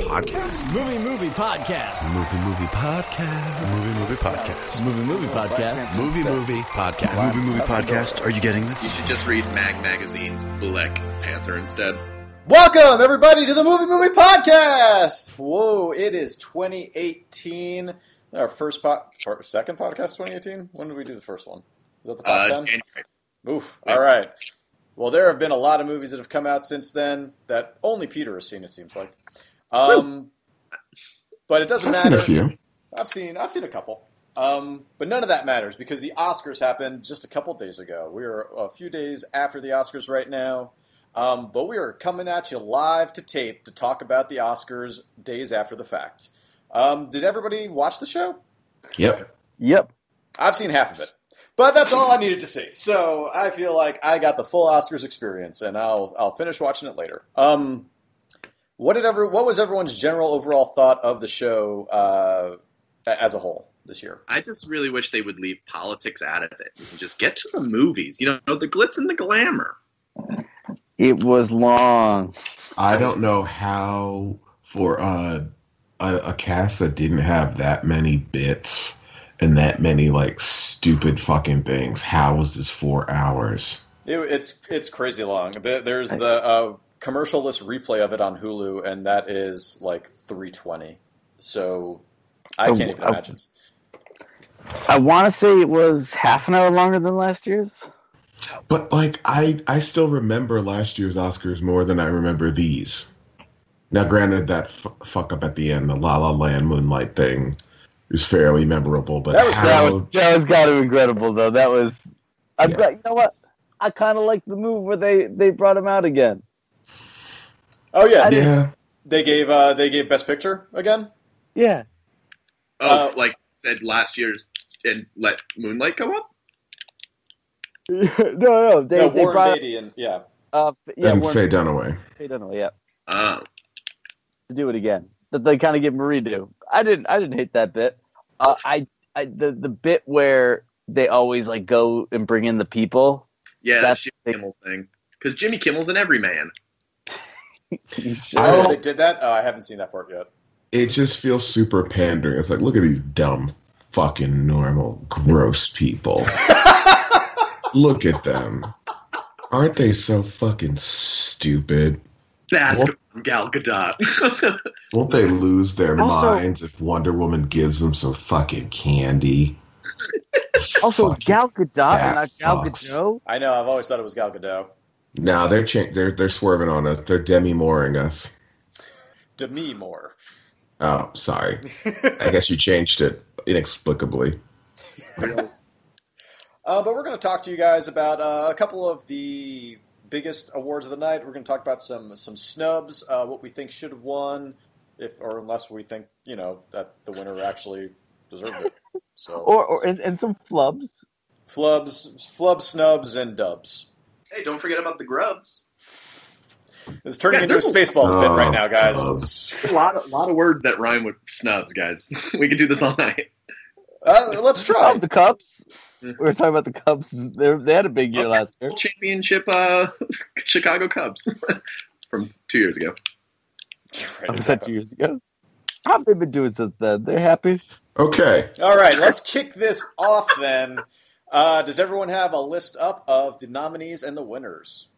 podcast? Movie Movie Podcast. Movie movie podcast. Movie movie podcast. Movie Movie Podcast. Movie movie podcast. Movie Movie Podcast. Are you getting You this? should just read Mag Magazine's Black Panther instead. Welcome everybody to the Movie Movie Podcast. Whoa, it is 2018. Our first po- fir- second podcast 2018. When did we do the first one? Is that the Uh, top 10? January. Oof. All right. Well, there have been a lot of movies that have come out since then that only Peter has seen. It seems like, um, but it doesn't I've matter. seen a few. I've seen I've seen a couple, um, but none of that matters because the Oscars happened just a couple days ago. We are a few days after the Oscars right now, um, but we are coming at you live to tape to talk about the Oscars days after the fact. Um, did everybody watch the show? Yep. Yep. I've seen half of it, but that's all I needed to see. So I feel like I got the full Oscars experience, and I'll I'll finish watching it later. Um, what did ever what was everyone's general overall thought of the show uh, a- as a whole this year? I just really wish they would leave politics out of it and just get to the movies. You know, the glitz and the glamour. It was long. I don't know how for uh, a, a cast that didn't have that many bits and that many like stupid fucking things. How was this four hours? It, it's it's crazy long. There- There's the uh, commercialless replay of it on Hulu, and that is like 320. So I Oh, can't even wow. imagine. I want to say it was half an hour longer than last year's. But like I I still remember last year's Oscars more than I remember these. Now, granted, that f- fuck up at the end, the La La Land Moonlight thing, is fairly memorable. But That was- how, That was that was kind of regrettable though. That was. I Yeah. you know what? I kind of like the move where they they brought him out again. Oh yeah, I- yeah, they gave uh, they gave Best Picture again. Yeah. Oh, Uh, like said last year's and let Moonlight go up? no, no. They, no, they Warren brought Beatty and yeah. up. Yeah, and Faye Warren Dunaway. Beatty, Dunaway, Yeah, Uh, to do it again. That they kind of get Marie do. I didn't. I didn't hate that bit. Uh, I, I the the bit where they always like go and bring in the people. yeah, That's that's Jimmy Kimmel thing. Because Jimmy Kimmel's an everyman. I Oh, don't- they did that. Oh, I haven't seen that part yet. it just feels super pandering. It's like, look at these dumb, fucking normal, gross people. look at them. Aren't they so fucking stupid? Basket Gal Gadot. Won't they lose their Also- minds if Wonder Woman gives them some fucking candy? Also, Fucking- Gal Gadot fat and not Gal fucks. Gadot. I know. I've always thought it was Gal Gadot. no, they're cha- they're they're swerving on us. They're demi mooring us. Demi Moore. Oh, sorry. I guess you changed it inexplicably. Uh, but we're going to talk to you guys about uh, a couple of the biggest awards of the night. We're going to talk about some some snubs, uh, what we think should have won, if or unless we think you know that the winner actually deserved it. So or, or and, and some flubs. flubs, flub snubs, and dubs. hey, don't forget about the grubs. It's turning Yeah, into a there's- spaceballs bit Oh, right now, guys. dubs. A lot, a lot of words that rhyme with snubs, guys. we could do this all night. Uh, let's Oh, try. the Cubs. Yeah. We were talking about the Cubs. They're, they had a big year Okay. last year. World Championship uh, Chicago Cubs from two years ago. That was that two years ago. How have they been doing since then? They're happy. Okay. All right, let's kick this off then. Uh, does everyone have a list up of the nominees and the winners?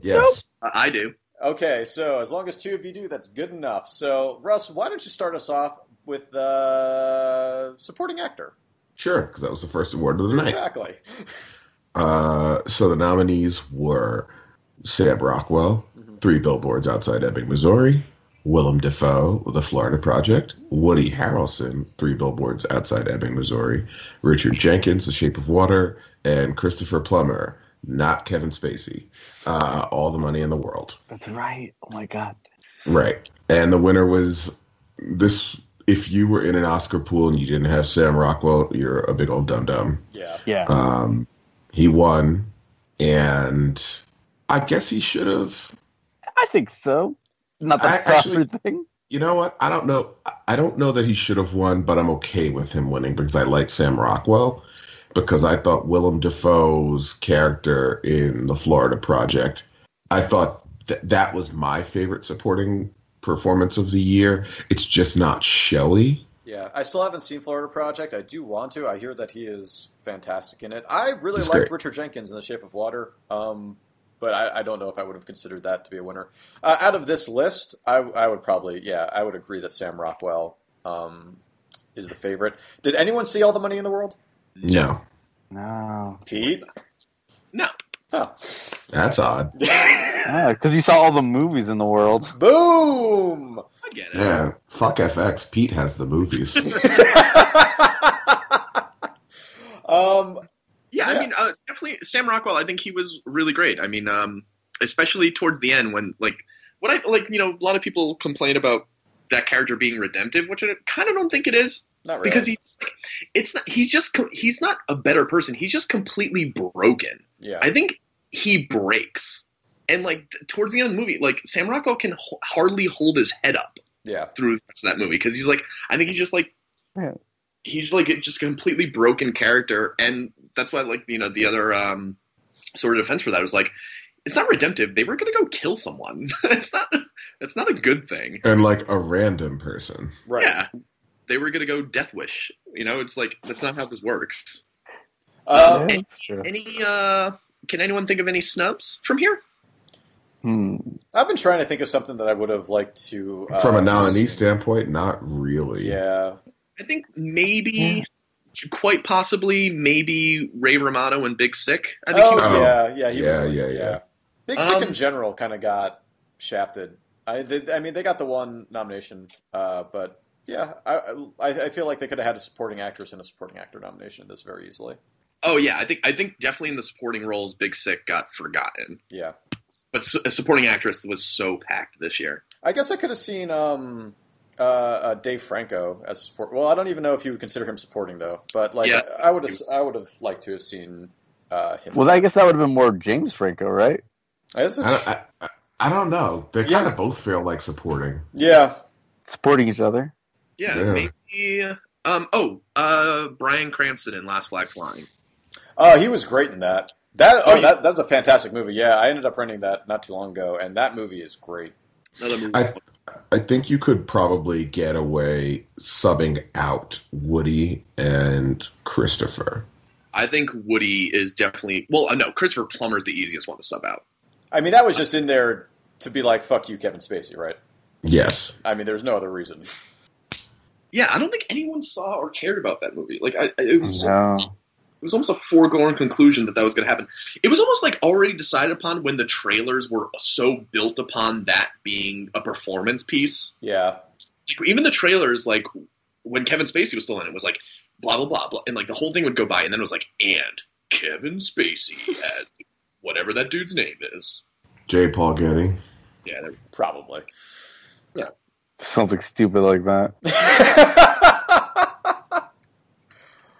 Yes. Uh, I do. Okay, so as long as two of you do, that's good enough. So, Russ, why don't you start us off with uh, supporting actor? Sure, because that was the first award of the night. Exactly. Uh, so the nominees were Sam Rockwell, Mhm. Three Billboards Outside Ebbing, Missouri, Willem Dafoe, The Florida Project, Woody Harrelson, Three Billboards Outside Ebbing, Missouri, Richard Jenkins, The Shape of Water, and Christopher Plummer, not Kevin Spacey. Uh, all the money in the world. That's right. Oh my god. Right. And the winner was this. If you were in an Oscar pool and you didn't have Sam Rockwell, you're a big old dum dum. Yeah. Yeah. Um, he won, and I guess he should have. I think so. Not the I soccer actually- thing. You know what? I don't know. I don't know that he should have won, but I'm okay with him winning because I like Sam Rockwell. Because I thought Willem Dafoe's character in the Florida Project, I thought th- that was my favorite supporting performance of the year. It's just not showy. Yeah, I still haven't seen Florida Project. I do want to. I hear that he is fantastic in it. I really He's liked great. Richard Jenkins in The Shape of Water, um, but I, I don't know if I would have considered that to be a winner. Uh, out of this list, I, I would probably, yeah, I would agree that Sam Rockwell um, is the favorite. Did anyone see All the Money in the World? No, No, Pete? No. Huh. that's odd. because you saw all the movies in the world. Boom! I get it. Yeah, fuck FX. Pete has the movies. um, Yeah, Yeah. I mean, uh, definitely Sam Rockwell. I think he was really great. I mean, um, especially towards the end when like what I like, you know, a lot of people complain about that character being redemptive, which I kind of don't think it is not really. because he's it's not he's just com- he's not a better person. He's just completely broken. yeah. I think he breaks. And like t- towards the end of the movie, like Sam Rockwell can ho- hardly hold his head up yeah. through the rest of that movie because he's like I think he's just like Yeah. he's like a- just a completely broken character and that's why like you know the other um sort of defense for that was like it's not redemptive they were gonna go kill someone it's not that's not a good thing and like a random person. Right. yeah they were gonna go death wish you know it's like that's not how this works Uh, Um, Yeah, that's true. any uh can anyone think of any snubs from here Hmm. I've been trying to think of something that I would have liked to. Uh, From a nominee standpoint, not really. Yeah. I think maybe quite possibly maybe Ray Romano and Big Sick I think he oh, was- was- yeah, yeah, he Yeah, was yeah, yeah. Big Sick in Um, general kind of got shafted. I, they, I mean, they got the one nomination, uh, but yeah, I, I, I feel like they could have had a supporting actress and a supporting actor nomination in this very easily. Oh yeah, I think I think definitely in the supporting roles, Big Sick got forgotten, Yeah, but su- a supporting actress was so packed this year. I guess I could have seen um, uh, uh, Dave Franco as support. Well, I don't even know if you would consider him supporting though, but like Yeah. I would have, I would have liked to have seen uh, him. Well, I guess that would have been more James Franco, right? I guess I it's- don't, I, I- I don't know. They Yeah. kind of both feel like supporting. yeah, Supporting each other. Yeah, Yeah. maybe. Um. Oh, uh, Brian Cranston in Last Flag Flying. Oh, he was great in that. That Oh, oh, yeah. that, that's a fantastic movie. Yeah, I ended up renting that not too long ago, and that movie is great. Another movie. I- I think you could probably get away subbing out Woody and Christopher. I think Woody is definitely. Well, uh, no, Christopher Plummer's the easiest one to sub out. I mean, that was just in there to be like, "Fuck you, Kevin Spacey," right? Yes. I mean, there's no other reason. Yeah, I don't think anyone saw or cared about that movie. Like, I, I- it was so No. it was almost a foregone conclusion that that was going to happen. It was almost like already decided upon when the trailers were so built upon that being a performance piece. Yeah, even the trailers, like when Kevin Spacey was still in it, was like blah blah blah blah, and like the whole thing would go by, and then it was like, and Kevin Spacey as whatever that dude's name is. J. Paul Getty. Yeah, there- probably. Something stupid like that.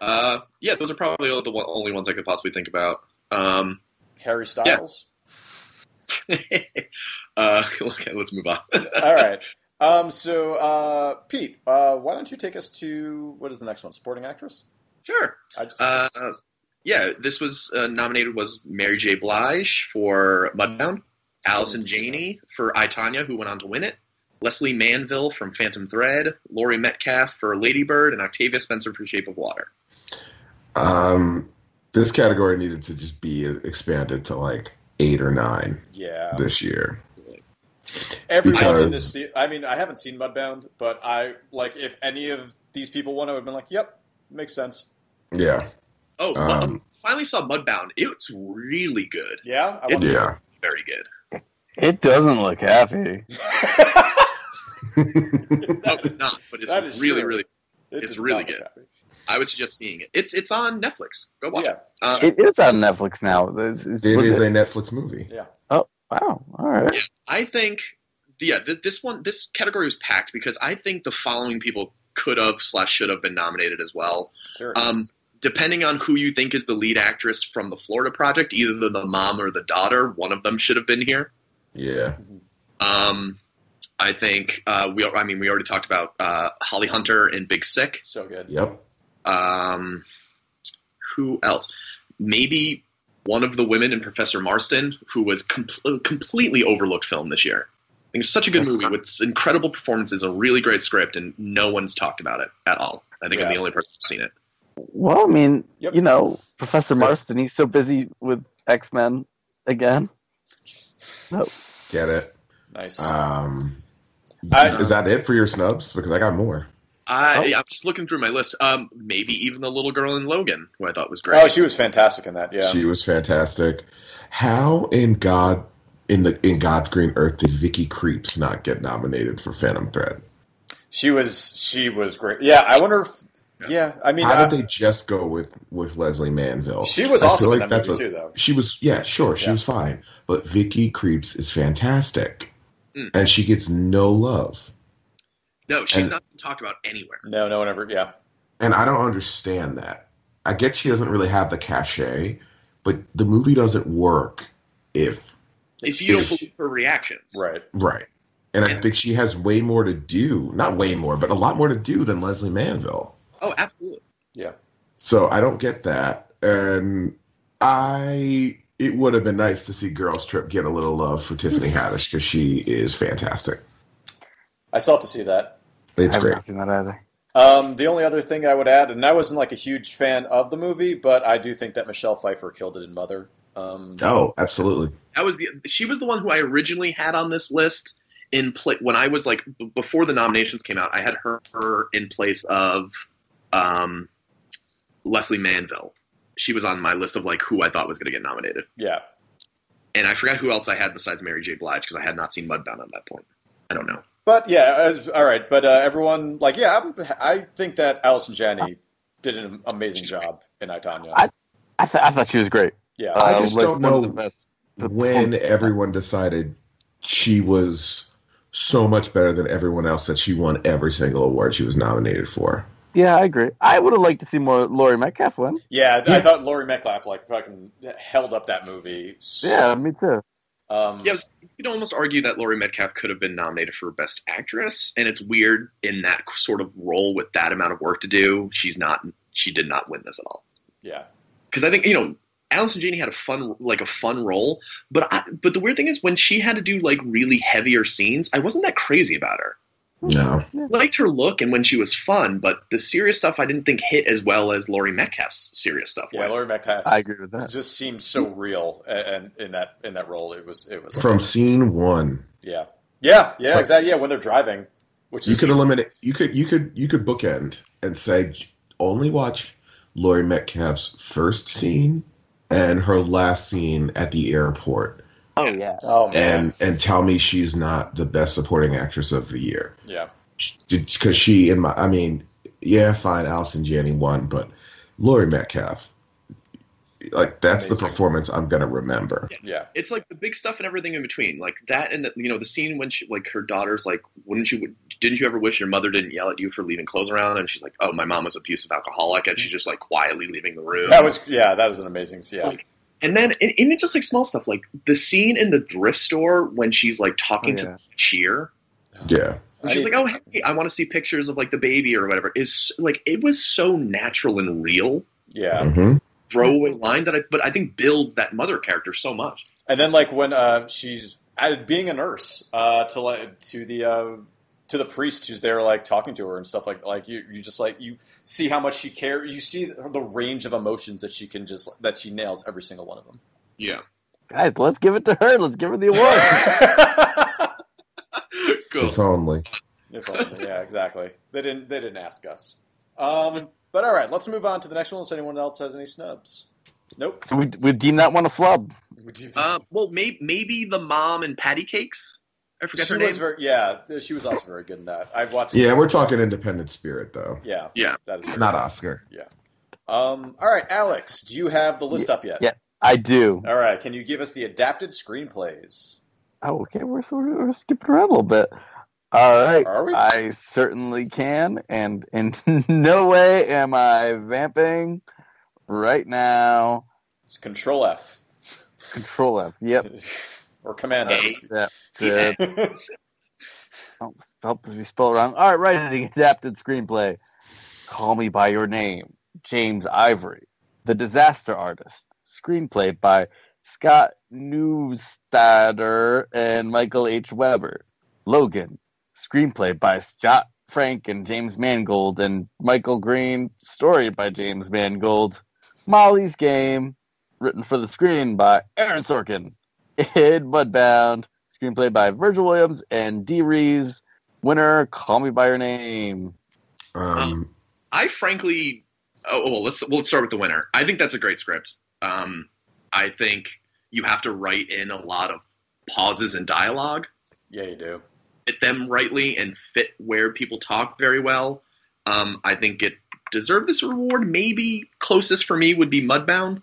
uh, yeah, those are probably all the one, only ones I could possibly think about. Um, Harry Styles. uh, okay, let's move on. All right. Um, so, uh, Pete, uh, why don't you take us to what is the next one? Supporting actress. sure. I just, Uh, yeah, this was uh, nominated was Mary J. Blige for Mudbound, Allison Janney for I Tanya, who went on to win it, Leslie Manville from Phantom Thread, Laurie Metcalf for Ladybird, and Octavia Spencer for Shape of Water. Um, this category needed to just be expanded to like eight or nine yeah. this year. Everyone in Because- this. the- I mean, I haven't seen Mudbound, but I like if any of these people won, I would have been like, "Yep, makes sense." Yeah. Oh, Um, finally saw Mudbound. It's really good, Yeah, I It- want to Yeah. very good. It doesn't look happy. No, it's not, but it's That is really, true. really. It's really good. I would suggest seeing it. It's it's on Netflix. Go watch Yeah, it. Um, It is on Netflix now. It's, it's- It was is it- a Netflix movie. wow. All right. I think, yeah, th- this one, this category was packed because I think the following people could have slash should have been nominated as well. sure. Um, depending on who you think is the lead actress from the Florida Project, either the mom or the daughter, one of them should have been here. Yeah. Um, I think uh, we, I mean, we already talked about uh, Holly Hunter in Big Sick. so good. Yep. Um, who else? Maybe one of the women in Professor Marston, who was com- completely overlooked film this year. think it's such a good movie with incredible performances, a really great script, and no one's talked about it at all. I think I'm Yeah. the only person who's seen it. Well, I mean, Yep. you know, Professor Marston, he's so busy with X Men again. Get it? Nice. Um, I- is that it for your snubs? Because I got more. I, Oh. I'm just looking through my list. Um, maybe even the little girl in Logan, who I thought was great. oh, she was fantastic in that. Yeah. She was fantastic. How in God in the in God's green earth did Vicky Creeps not get nominated for Phantom Thread? She was she was great. Yeah, I wonder if yeah, I mean How I, did they just go with with Leslie Manville? she was I feel awesome in like that that's movie a- too though. She was yeah, sure, she Yeah. was fine, but Vicky Creeps is fantastic, Mm. and she gets no love. no, she's and- not been talked about anywhere. No, no one ever yeah. And I don't understand that. I get she doesn't really have the cachet, but the movie doesn't work if If you don't She- believe her reactions, Right. Right. And I And- think she has way more to do. Not way more, but a lot more to do than Leslie Manville. Oh, absolutely. So I don't get that. And I it would have been nice to see Girls Trip get a little love for Tiffany Haddish because she is fantastic. I still have to see that. It's I haven't great. seen that either. Um, the only other thing I would add, and I wasn't like a huge fan of the movie, but I do think that Michelle Pfeiffer killed it in Mother. Um, Oh, absolutely. That was the. She was the one who I originally had on this list in play when I was like b- before the nominations came out. I had her, her in place of um, Leslie Manville. She was on my list of like who I thought was going to get nominated, yeah. and I forgot who else I had besides Mary J. Blige because I had not seen Mudbound at that point. I don't know. But yeah, as, all right. But uh, everyone, like, yeah, I'm, I think that Allison Janney did an amazing job in Itanya. I- I, th- I thought she was great. Uh, yeah, I just don't one of the know best. When everyone decided she was so much better than everyone else that she won every single award she was nominated for. Yeah, I agree. I would have liked to see more Laurie Metcalf win. yeah, I Yeah. thought Laurie Metcalf like fucking held up that movie. so- Yeah, me too. Um, Yeah, it was- you could almost argue that Laurie Metcalf could have been nominated for Best Actress, and it's weird in that sort of role with that amount of work to do. She's not. She did not win this at all. yeah. because I think you know Allison Janney had a fun like a fun role, but I, but the weird thing is when she had to do like really heavier scenes, I wasn't that crazy about her. No. I liked her look and when she was fun, but the serious stuff I didn't think hit as well as Laurie Metcalf's serious stuff. Yeah, went. Laurie Metcalf I agree with that. just seemed so real, a- and in that in that role, it was it was From awesome. scene one, yeah, yeah, yeah, exactly. Yeah, when they're driving, which You is could eliminate. You could. You could. You could bookend and say only watch Laurie Metcalf's first scene and her last scene at the airport, Oh yeah. oh man, and and tell me she's not the best supporting actress of the year yeah, because she in my. I mean, yeah, fine, Allison Janney won, but Laurie Metcalf, like that's the Amazing. performance I'm gonna remember. yeah, It's like the big stuff and everything in between, like that and the, you know the scene when she like her daughter's like, wouldn't you didn't you ever wish your mother didn't yell at you for leaving clothes around? And she's like, oh, my mom was abusive alcoholic, and she's just like quietly leaving the room. that was yeah, that was an amazing yeah, And then, and, and it's just like small stuff, like the scene in the thrift store when she's like talking Oh, to yeah. the cheer. Yeah, And I she's need- like, "Oh, hey, I want to see pictures of like the baby or whatever." Is like it was so natural and real, yeah. hmm throwaway line that I, but I think builds that mother character so much. And then like when uh, she's uh, being a nurse uh, to like to the uh, to the priest who's there like talking to her and stuff like like you you just like you see how much she cares. You see the range of emotions that she can just that she nails every single one of them. Yeah, Guys, let's give it to her. Let's give her the award. cool. if only. If only. Yeah, exactly. They didn't. They didn't ask us. Um, but all right, let's move on to the next one. Unless anyone else has any snubs. Nope. so we we deem that one a flub. We do- Uh, well, maybe maybe the mom and patty cakes. I forget she her name. was very. Yeah, she was also very good in that. I've watched. Yeah, we're talking independent spirit though, Yeah. Yeah. That is very- not Oscar. Um. All right, Alex. Do you have the list up yet? yeah. I do. All right. Can you give us the adapted screenplays? Oh, okay. We're, we're, we're skipping around a little bit. All right. Are we? I certainly can. And in no way am I vamping right now. It's Control F Control F. Yep. or Command F. Hey. That's Yeah. it. Don't help if we spell it wrong. All right. Writing adapted screenplay. Call Me By Your Name. James Ivory. The Disaster Artist. Screenplay by Scott Neustadter and Michael H. Weber. Logan, screenplay by Scott Frank and James Mangold and Michael Green, story by James Mangold, Molly's Game, written for the screen by Aaron Sorkin, Id Mudbound, screenplay by Virgil Williams and D. Reeves, winner Call Me By Your Name. Um, I frankly, oh well, let's we'll start with the winner. I think that's a great script. Um, I think you have to write in a lot of pauses and dialogue, Yeah, you do. fit them rightly, and fit where people talk very well. Um, I think it deserved this reward. Maybe closest for me would be Mudbound.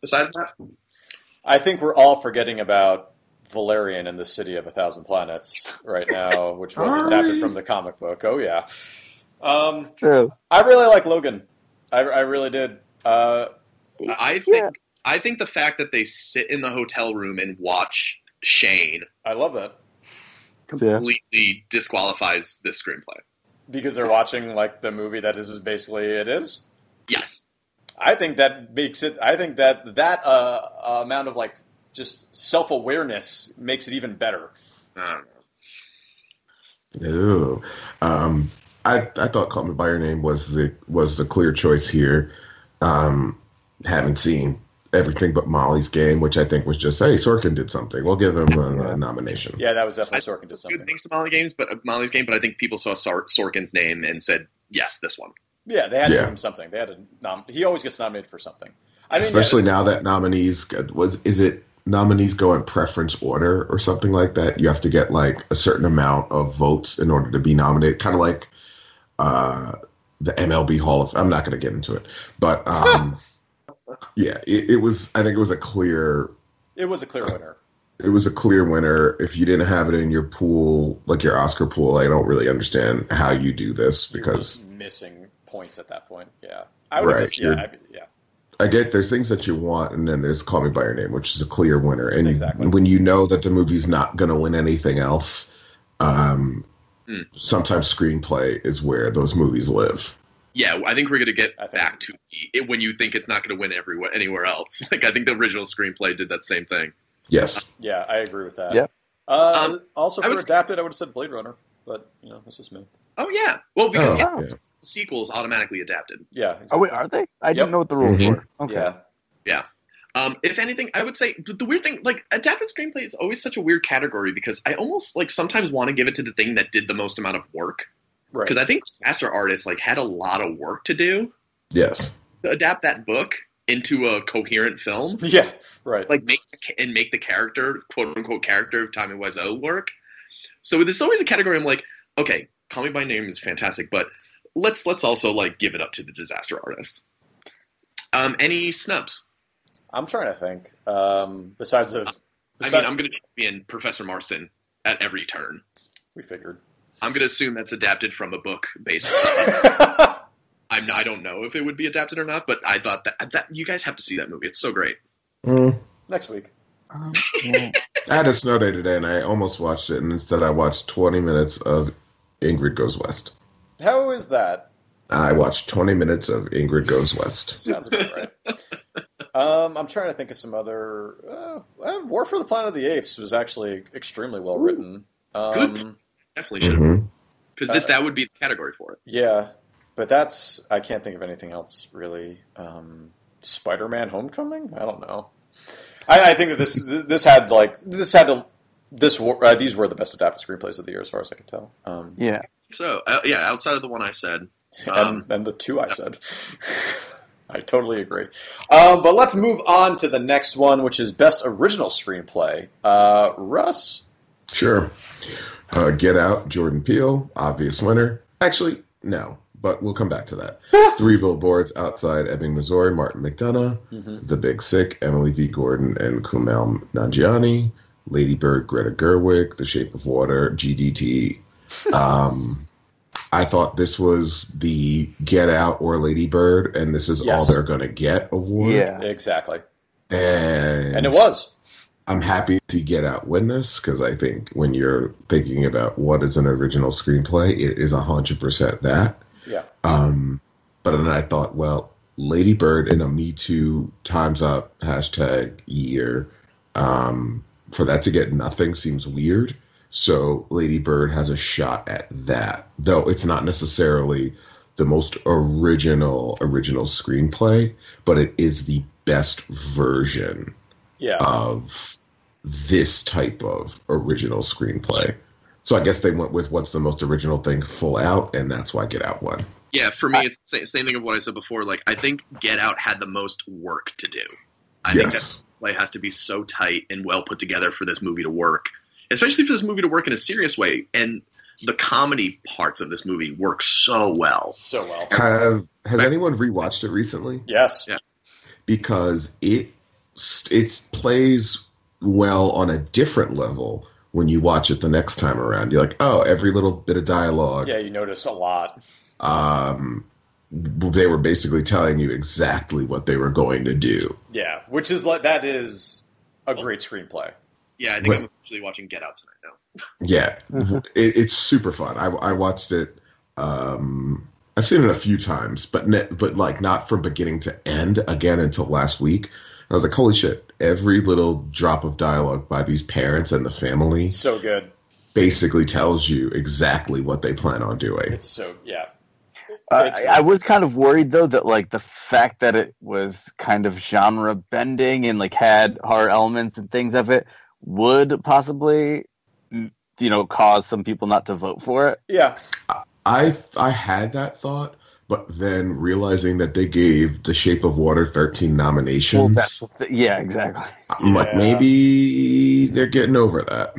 Besides that, I think we're all forgetting about Valerian and the City of a Thousand Planets right now, which was adapted from the comic book. Oh yeah. Um, True. I really like Logan. I, I really did. Uh, I think Yeah. I think the fact that they sit in the hotel room and watch Shane I love that Yeah. completely disqualifies this screenplay. because they're watching like the movie that is basically it is. Yes. I think that makes it. I think that that uh, uh, amount of like just self awareness makes it even better. I don't know. Ooh. Um, I I thought "Call Me by Your Name" was the was the clear choice here. Um, haven't seen everything but Molly's Game, which I think was just hey Sorkin did something. We'll give him a, a nomination. Yeah, that was definitely Sorkin did Good something. things to Molly games, but uh, Molly's game. But I think people saw Sor- Sorkin's name and said, "Yes, this one." Yeah, they had to Yeah. give him something. They had to nom- He always gets nominated for something. I mean, Especially now that nominees was is it nominees go in preference order or something like that. You have to get like a certain amount of votes in order to be nominated. Kind of like uh, the MLB Hall of. I'm not going to get into it, but um, yeah, it, it was. I think it was a clear it was a clear winner. it was a clear winner. If you didn't have it in your pool, like your Oscar pool, I don't really understand how you do this You're because just missing points at that point. Yeah, I would have Right, just yeah, you're- I, yeah. I get there's things that you want, and then there's Call Me by Your Name, which is a clear winner. And Exactly. when you know that the movie's not going to win anything else, um, Hmm. sometimes screenplay is where those movies live. Yeah, I think we're gonna get I think- back to it when you think it's not gonna win everywhere anywhere else. Like I think the original screenplay did that same thing. Yes, Yeah, I agree with that. Yep. Uh, Um, also, I for would- adapted, I would have said Blade Runner, but you know, that's just me. Oh yeah, well because Oh, yeah, yeah. the sequel is automatically adapted. Yeah. Exactly. Oh wait, are they? I Yep. Mm-hmm. didn't know what the rules Mhm. were. Okay. Yeah. Um, if anything, I would say but the weird thing, like adapted screenplay, is always such a weird category because I almost like sometimes want to give it to the thing that did the most amount of work Right. because I think disaster artists like had a lot of work to do yes. to adapt that book into a coherent film. yeah. Right. like make the ca- and make the character quote unquote character of Tommy Wiseau work. So there's always a category. I'm like, okay, Call Me by Name is fantastic, but let's let's also like give it up to the disaster artist. Um, any snubs? I'm trying to think. Um, besides the, I besides, mean, I'm going to be in Professor Marston at every turn. we figured. I'm going to assume that's adapted from a book based. I'm I don't know if it would be adapted or not, but I thought that that you guys have to see that movie. It's so great. Mm. Next week. Um, yeah. I had a snow day today, and I almost watched it, and instead I watched 20 minutes of Ingrid Goes West. How is that? I watched 20 minutes of Ingrid Goes West. Sounds about right. Um, I'm trying to think of some other. Uh, uh, War for the Planet of the Apes was actually extremely well written. Um, Good. Definitely should have hmm because this that would be the category for it. Yeah, but that's I can't think of anything else really. Um, Spider-Man: Homecoming? I don't know. I, I think that this this had like this had to this were- uh, these were the best adapted screenplays of the year as far as I can tell. Um, yeah. So uh, yeah, outside of the one I said, um, and, and the two I said. I totally agree. Um, but let's move on to the next one, which is best original screenplay. Uh, Russ, Sure. Uh, Get Out, Jordan Peele, obvious winner. Actually, no, but we'll come back to that. Three Billboards Outside Ebbing, Missouri, Martin McDonough, The Big Sick, Emily V. Gordon, and Kumail Nanjiani, Lady Bird, Greta Gerwig, The Shape of Water, GDT. Um, I thought this was the Get Out or Lady Bird, and this is all Yes. they're going to get award. Yeah. exactly, And, and it was. I'm happy to get out win this because I think when you're thinking about what is an original screenplay, it is hundred percent that. Yeah. Um, but then I thought, well, Lady Bird in a Me Too times up hashtag year um, for that to get nothing seems weird. So Lady Bird has a shot at that, though it's not necessarily the most original original screenplay, but it is the best version Yeah. of this type of original screenplay. So I guess they went with what's the most original thing full out, and that's why Get Out won. Yeah, for me, it's the same, same thing of what I said before. Like, I think Get Out had the most work to do. I think that yes, play has to be so tight and well put together for this movie to work, especially for this movie to work in a serious way. And the comedy parts of this movie work so well. so well. have has anyone rewatched it recently? Yes. Yeah. because it it plays well on a different level when you watch it the next time around. You're like, oh, every little bit of dialogue. Yeah, you notice a lot. Um, they were basically telling you exactly what they were going to do. Yeah, which is like that is a great screenplay. Yeah, I think Right. I'm actually watching Get Out tonight now. Yeah, Mhm. it, it's super fun. I, I watched it. Um, I've seen it a few times, but ne- but like not from beginning to end again until last week. I was like, holy shit! Every little drop of dialogue by these parents and the family So good. basically tells you exactly what they plan on doing. It's so yeah. Uh, It's I, I was kind of worried though that like the fact that it was kind of genre bending and like had horror elements and things of it would possibly mm, you know cause some people not to vote for it. Yeah. I I had that thought, but then realizing that they gave The Shape of Water 13 nominations, Well, that's the thi- yeah, exactly. I'm like Yeah. maybe they're getting over that.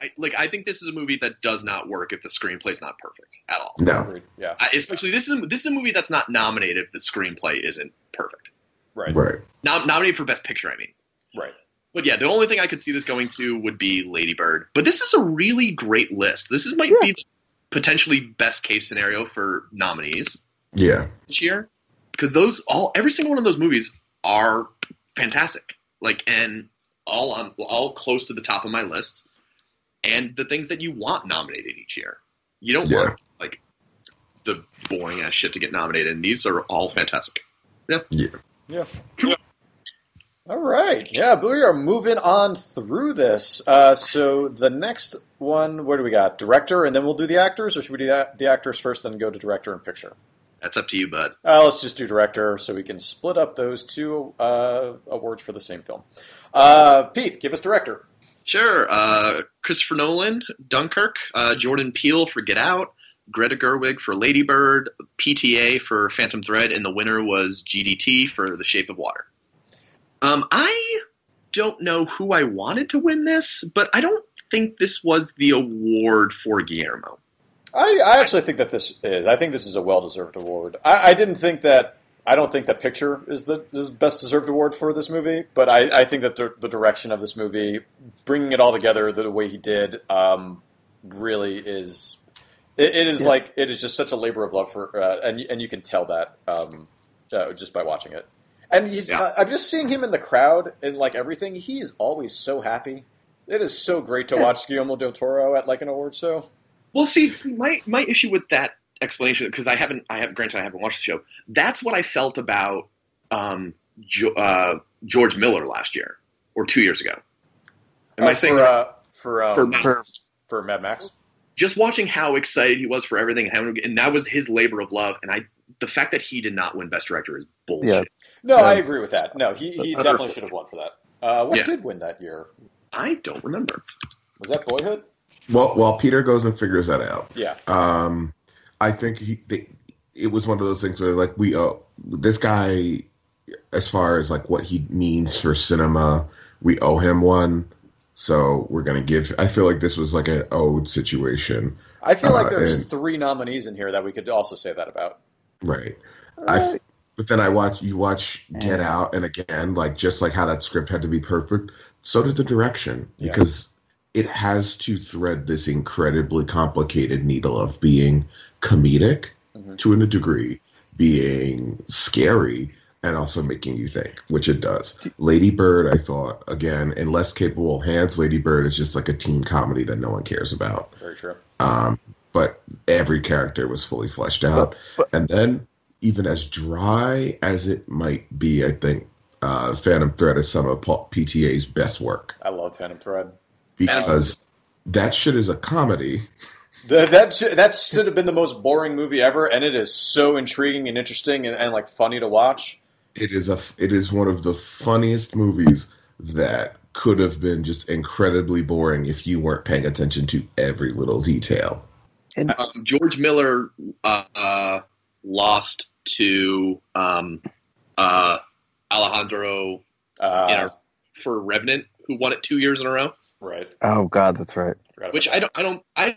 I, like, I think this is a movie that does not work if the screenplay's not perfect at all. No, Agreed. Yeah. I, especially this is a, this is a movie that's not nominated if the screenplay isn't perfect. Right. right. Nom- nominated for Best Picture, I mean. Right. But yeah, the only thing I could see this going to would be Lady Bird. But this is a really great list. This is, might Yeah. be the potentially best case scenario for nominees Yeah. this year because those all every single one of those movies are fantastic. Like and all on all close to the top of my list, and the things that you want nominated each year. You don't Yeah. want like the boring ass shit to get nominated, and these are all fantastic. All right. Yeah, but we are moving on through this. Uh, so the next one, what do we got? Director, and then we'll do the actors, or should we do that, the actors first, then go to director and picture? That's up to you, bud. Uh, let's just do director, so we can split up those two uh, awards for the same film. Uh, Pete, give us director. Sure. Uh, Christopher Nolan, Dunkirk, uh, Jordan Peele for Get Out, Greta Gerwig for Lady Bird, PTA for Phantom Thread, and the winner was GDT for The Shape of Water. Um, I don't know who I wanted to win this, but I don't think this was the award for Guillermo. I, I actually think that this is. I think this is a well deserved award. I, I didn't think that. I don't think that picture is the is best deserved award for this movie, but I, I think that the, the direction of this movie, bringing it all together the way he did, um, really is. It, it is Yeah. like it is just such a labor of love for, uh, and you- and you can tell that um, uh, just by watching it. And he's, Yeah. uh, I'm just seeing him in the crowd and like everything. He is always so happy. It is so great to Yeah. watch Guillermo del Toro at like an award show. Well, see, my my issue with that explanation because I haven't, I have granted I haven't watched the show. That's what I felt about um, jo- uh, George Miller last year or two years ago. Am Uh, I saying for that? uh, for, um, For For- Mad Max. for Mad Max? just watching how excited he was for everything and, how, and that was his labor of love. And I, the fact that he did not win Best Director is bullshit. Yeah. No, Yeah. I agree with that. No, he, he Other- definitely should have won for that. Uh, what Yeah. did win that year? I don't remember. Was that Boyhood? Well, while Peter goes and figures that out, Yeah, um, I think he, they, it was one of those things where like we owe this guy, as far as like what he means for cinema, we owe him one. So we're gonna give. I feel like this was like an owed situation, I feel like Uh, there's and- three nominees in here that we could also say that about. right? I. But then I watch you watch Get Yeah. Out, and again, like just like how that script had to be perfect, so did the direction Yeah. because it has to thread this incredibly complicated needle of being comedic Mhm. to a degree, being scary, and also making you think, which it does. Lady Bird, I thought again, in less capable hands, Lady Bird is just like a teen comedy that no one cares about. Very true. Um, but every character was fully fleshed out. But- and then, even as dry as it might be, I think uh, Phantom Thread is some of Paul- PTA's best work I love Phantom Thread. because That shit is a comedy. That that should, that should have been the most boring movie ever, and it is so intriguing and interesting and, and like funny to watch. It is a it is one of the funniest movies that could have been just incredibly boring if you weren't paying attention to every little detail. Um, George Miller uh, uh, lost to um, uh, Alejandro Uh, in our, for Revenant, who won it two years in a row. Right. Oh God, that's right. Forgot about Which that. I don't, I don't, I,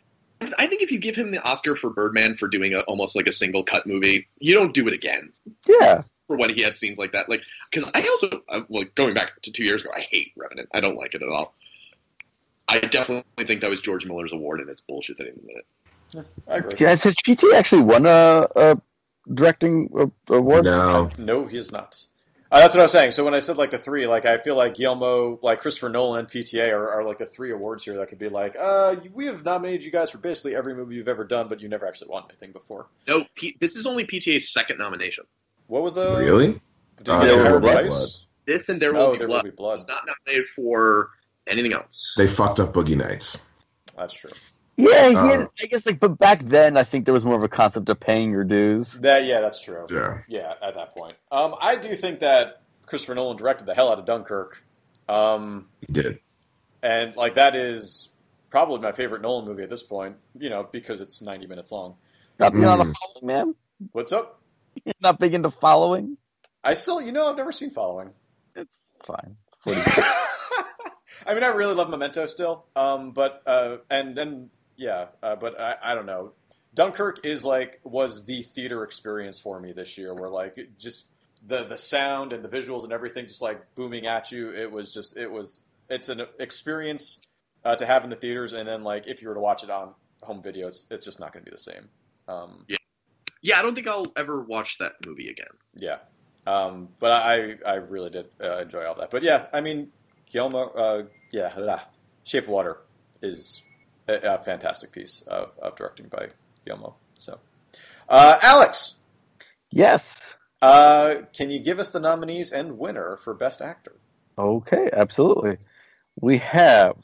I think if you give him the Oscar for Birdman for doing a, almost like a single cut movie, you don't do it again Yeah, for when he had scenes like that. Like, because I also, uh, well, going back to two years ago, I hate Revenant. I don't like it at all. I definitely think that was George Miller's award, and it's bullshit that he didn't win it. I agree. yeah. Has GT actually won a, a directing a- award? No, No, he is not. Uh, that's what I was saying. So when I said like the three, like I feel like Guillermo, like Christopher Nolan, and PTA are, are like the three awards here that could be like, uh, we have nominated you guys for basically every movie you've ever done, but you never actually won anything before. No, P- this is only PTA's second nomination. What was the really? Did you Uh, get There Will Harold Be Price? This and There Will No, Be there Blood will be Oh, blood. was not nominated for anything else. They fucked up Boogie Nights. That's true. Yeah, he had- Uh, I guess like, but back then I think there was more of a concept of paying your dues. That yeah, that's true. Yeah, Yeah, at that point. Um, I do think that Christopher Nolan directed the hell out of Dunkirk. Um, he did. and like that is probably my favorite Nolan movie at this point. You know, because it's ninety minutes long. Not big on a Mm. following, man. What's up? You're Not big into following. I still, you know, I've never seen Following. Fine. I mean, I really love Memento still, um, but uh, and then yeah, uh, but I, I don't know. Dunkirk is like was the theater experience for me this year, where like it just the the sound and the visuals and everything just like booming at you. It was just it was it's an experience uh, to have in the theaters, and then like if you were to watch it on home video, it's it's just not going to be the same. Um, Yeah, I don't think I'll ever watch that movie again. yeah, um, but I I really did uh, enjoy all that. But yeah, I mean, Guillermo, uh, yeah, blah. Shape of Water is a, a fantastic piece of, of directing by Guillermo. So, uh, Alex, Yes. uh, can you give us the nominees and winner for Best Actor? Okay, absolutely. We have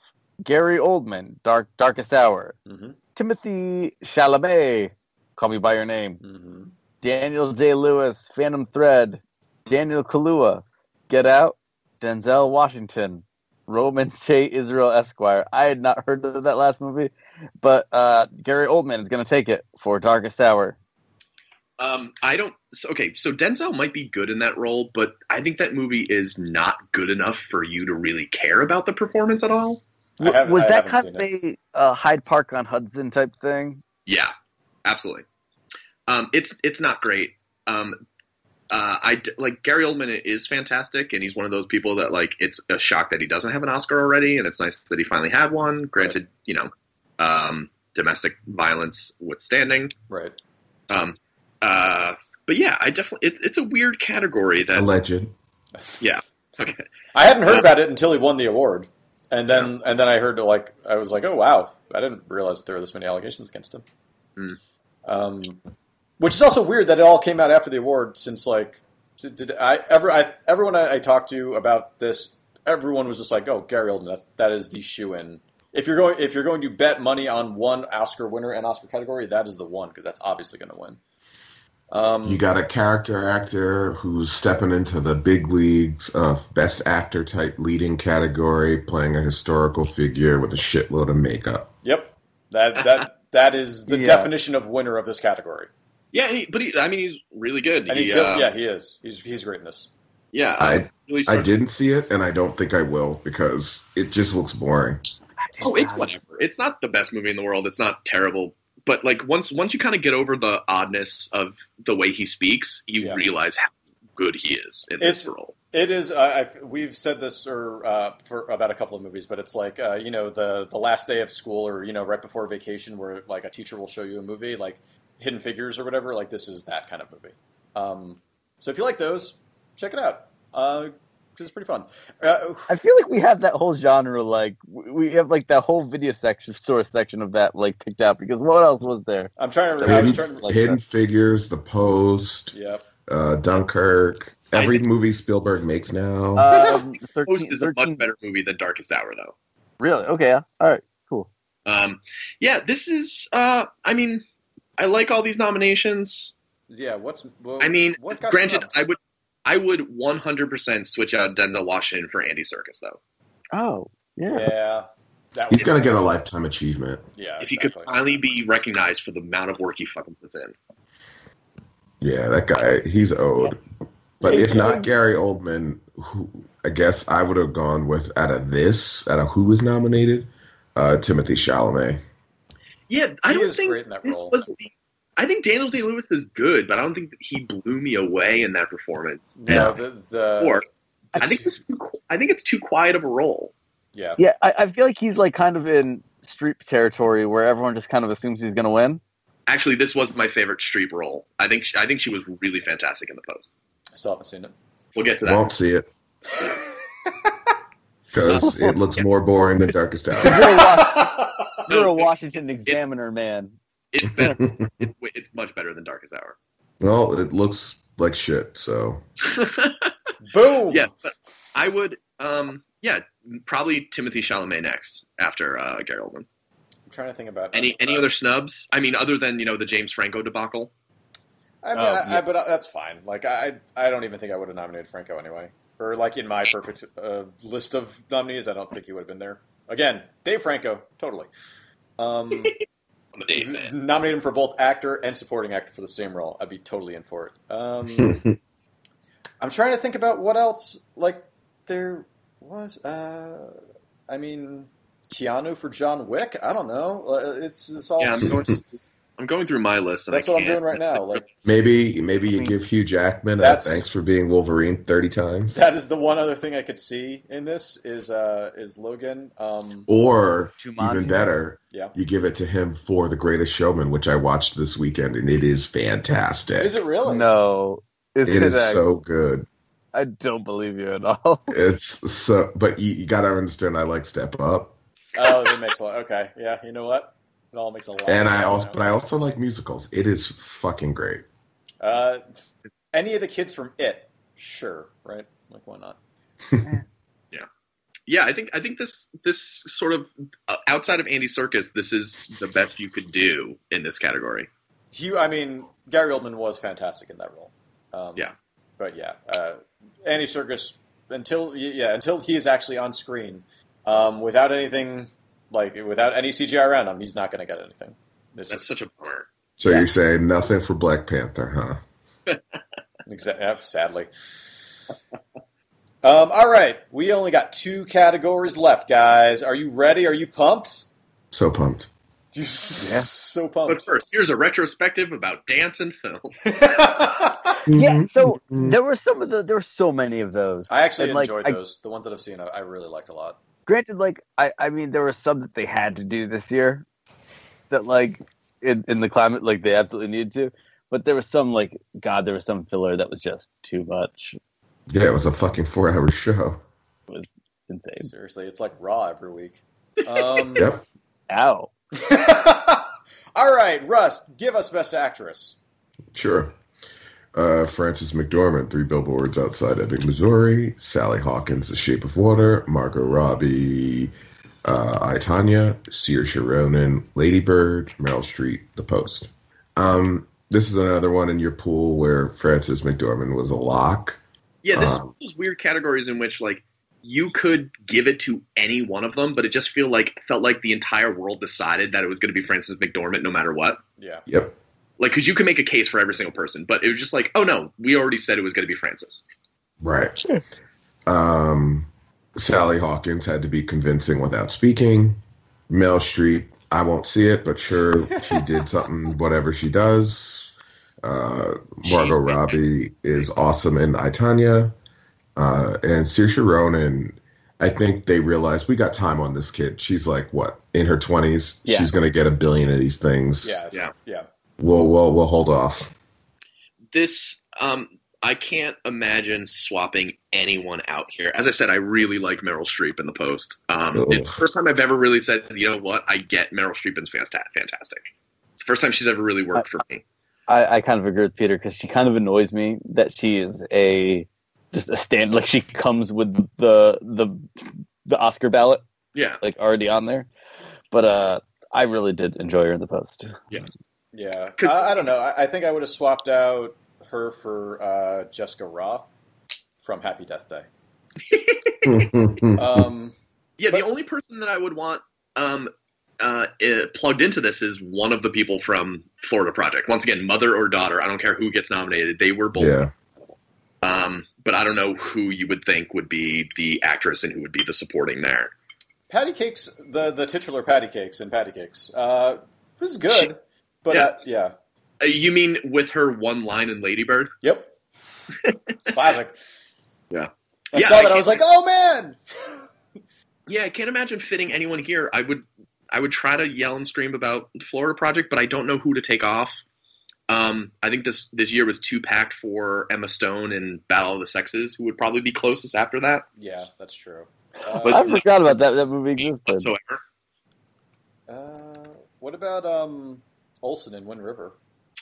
Gary Oldman, Dark Darkest Hour, Mm-hmm. Timothy Chalamet, Call Me by Your Name, Mm-hmm. Daniel J. Lewis, Phantom Thread, Daniel Kalua, Get Out, Denzel Washington, Roman J. Israel Esquire. I had not heard of that last movie, but uh, Gary Oldman is going to take it for Darkest Hour. Um, I don't. So, okay, so Denzel might be good in that role, but I think that movie is not good enough for you to really care about the performance at all. I haven't- was I that haven't kind seen of a uh, Hyde Park on Hudson type thing? Yeah, absolutely. Um, it's it's not great. Um, uh, I d- like Gary Oldman is fantastic, and he's one of those people that like it's a shock that he doesn't have an Oscar already, and it's nice that he finally had one. Granted, you know, um, domestic violence withstanding. Right. Um, uh, but yeah, I definitely it, it's a weird category that A legend. okay. I hadn't heard about it until he won the award, and then and then I heard like I was like, oh wow, I didn't realize there were this many allegations against him. Hmm. Um, which is also weird that it all came out after the award, since like did, did I ever I everyone I, I talked to about this, everyone was just like, oh Gary Oldman, that's, that is the shoe in. If you're going if you're going to bet money on one Oscar winner and Oscar category, that is the one because that's obviously going to win. Um, You got a character actor who's stepping into the big leagues of best actor type leading category, playing a historical figure with a shitload of makeup. yep that that that is the Yeah. definition of winner of this category. Yeah, and he, but he, I mean, he's really good. And he, He, killed, uh, yeah, he is. He's he's great in this. yeah. uh, I really I sort of- didn't see it, and I don't think I will because it just looks boring. Oh, it's whatever. It's not the best movie in the world. It's not terrible. But like once once you kind of get over the oddness of the way he speaks, you Yeah. realize how good he is in It's- this role. It is. Uh, I've, we've said this or uh, for about a couple of movies, but it's like uh, you know the the last day of school or you know right before vacation, where like a teacher will show you a movie like Hidden Figures or whatever. Like this is that kind of movie. Um, so if you like those, check it out because it's pretty fun. Uh, I feel like we have that whole genre, like w- we have like that whole video section, source section of that, like picked out because what else was there? I'm trying to. I was trying Hidden, to. like Hidden that. Figures, The Post, Yeah. uh, Dunkirk, every I- movie Spielberg makes now. Um, 13, Post is a 13 much better movie than Darkest Hour, though. Really? Okay. yeah. All right. Cool. Um, yeah, this is. Uh, I mean, I like all these nominations. Yeah, what's well, I mean, what got granted, snubbed? I would, I would 100% switch out Denzel Washington for Andy Circus though. Oh, yeah. yeah, that He's got to to get a lifetime achievement. Yeah, If he could exactly. finally be recognized for the amount of work he fucking puts in. Yeah, that guy, he's owed. But if Yeah. not Gary Oldman, who I guess I would have gone with out of this, out of who was nominated, uh, Timothy Chalamet. Yeah, I He don't is think great in that this role. was the. I think Daniel Day Lewis is good, but I don't think that he blew me away in that performance. no, No. the, the or I think it was too, I think it's too quiet of a role. yeah, Yeah, I, I feel like he's like kind of in street territory where everyone just kind of assumes he's going to win. Actually, this was my favorite Streep role. I think she, I think she was really fantastic in the post. I still haven't seen it. We'll get to that. Won't see it because it looks more boring than Darkest Hour. You're a, Wa- I you're a No, it- Washington Examiner man. it's better. it- it's much better than Darkest Hour. well, it looks like shit. So Boom. yeah, but I would. Um, yeah, probably Timothy Chalamet next after uh, Gary Oldman. I'm trying to think about Any any other snubs? I mean, other than you know the James Franco debacle. I mean, um, Oh, I, I, yeah. but I, that's fine. Like I, I don't even think I would have nominated Franco anyway. Or like in my perfect uh, list of nominees, I don't think he would have been there. Again, Dave Franco, totally. Um, I'm a Mm-hmm. Dave man. nominate him for both actor and supporting actor for the same role. I'd be totally in for it. Um, I'm trying to think about what else. Like there was, uh, I mean, Keanu for John Wick. I don't know. Uh, It's it's all. Yeah, I'm going. I'm going through my list. And that's I what I'm can't- doing right now. Like maybe maybe I you mean, give Hugh Jackman a that's- thanks for being Wolverine thirty times, That is the one other thing I could see in this is uh, is Logan. Um, or Jumanji. even better, yeah, you give it to him for The Greatest Showman, which I watched this weekend, and it is fantastic. is it really? No, it's it is correct. so good. I don't believe you at all. It's so, but you, you gotta understand. I like Step Up, Oh, that makes a lot. Okay, yeah. You know what? It all makes a lot. of and I sense also, now. but I also like musicals. It is fucking great. uh, any of the kids from It, sure, right? Like why not? Yeah, I think I think this this sort of uh, outside of Andy Circus, this is the best you could do in this category. Hugh, I mean, Gary Oldman was fantastic in that role. Um, Yeah. but yeah, uh, Andy Circus until yeah until he is actually on screen um, without anything like without any CGI around him, he's not going to get anything. It's That's just, such a bummer. So Yeah. you're saying nothing for Black Panther, huh? Exa- yeah, sadly. um, all right, we only got two categories left, guys. Are you ready? Are you pumped? So pumped. You're Yeah. so But pumped. first, here's a retrospective about dance and film. I Yeah, so Mm-hmm. there were some of the there were so many of those. actually And, like, enjoyed I- those. The ones that I've seen, I, I really liked a lot. Granted, like I I mean there were some that they had to do this year that like in in the climate like they absolutely needed to, but there was some like God there was some filler that was just too much. Yeah, it was a fucking four-hour show. It was insane. Seriously, it's like Raw every week. Um, Yep. Ow. all right, Rust, give us Best Actress. Sure. Uh, Frances McDormand, Three Billboards Outside Ebbing, Missouri. Sally Hawkins, The Shape of Water. Margot Robbie, uh, I, Tanya. Saoirse Ronan, Lady Bird. Meryl Streep, The Post. Um, this is another one in your pool where Frances McDormand was a lock. Yeah, this Um. is those weird categories in which like you could give it to any one of them, but it just feel like felt like the entire world decided that it was going to be Frances McDormand no matter what. Yeah. Yep. Like, because you can make a case for every single person, but it was just like, oh no, we already said it was going to be Frances. Right. Um, Sally Hawkins had to be convincing without speaking. Mel Street, I won't see it, but sure, she did something, whatever she does. Uh, Margot She's- Robbie is awesome in I, Tanya. Uh, and Saoirse Ronan, I think they realized we got time on this kid. She's like, what, in her 20s? Yeah. She's going to get a billion of these things. Yeah. Yeah. Yeah. We'll, we'll, we'll hold off. this um I can't imagine swapping anyone out here. As I said, I really like Meryl Streep in the post. Um, Ugh. it's the first time I've ever really said, you know what, I get Meryl Streep is fanta- fantastic. It's the first time she's ever really worked for me. I, I kind of agree with Peter because she kind of annoys me that she is a just a stand like she comes with the the the Oscar ballot Yeah, like already on there, but uh I really did enjoy her in the post. Yeah, Could- I, I don't know. I, I think I would have swapped out her for uh, Jessica Roth from Happy Death Day. Um, Yeah, the But- only person that I would want um, uh, eh, plugged into this is one of the people from Florida Project. Once again, mother or daughter, I don't care who gets nominated. They were both. yeah. Um, but I don't know who you would think would be the actress and who would be the supporting there. patty cakes, the the titular patty cakes and patty cakes. Uh, this is good, She- but yeah. uh, yeah, Uh, you mean with her one line in Ladybird? yep, classic. Yeah. I Yeah, saw I that. I can't- was like, oh man. Yeah, I can't imagine fitting anyone here. I would I would try to yell and scream about the Florida Project, but I don't know who to take off. Um, I think this this year was too packed for Emma Stone and Battle of the Sexes, who would probably be closest after that Yeah, that's true. But- Uh, I forgot about that. That movie existed. whatsoever. uh, what about um, Olsen in Wind River?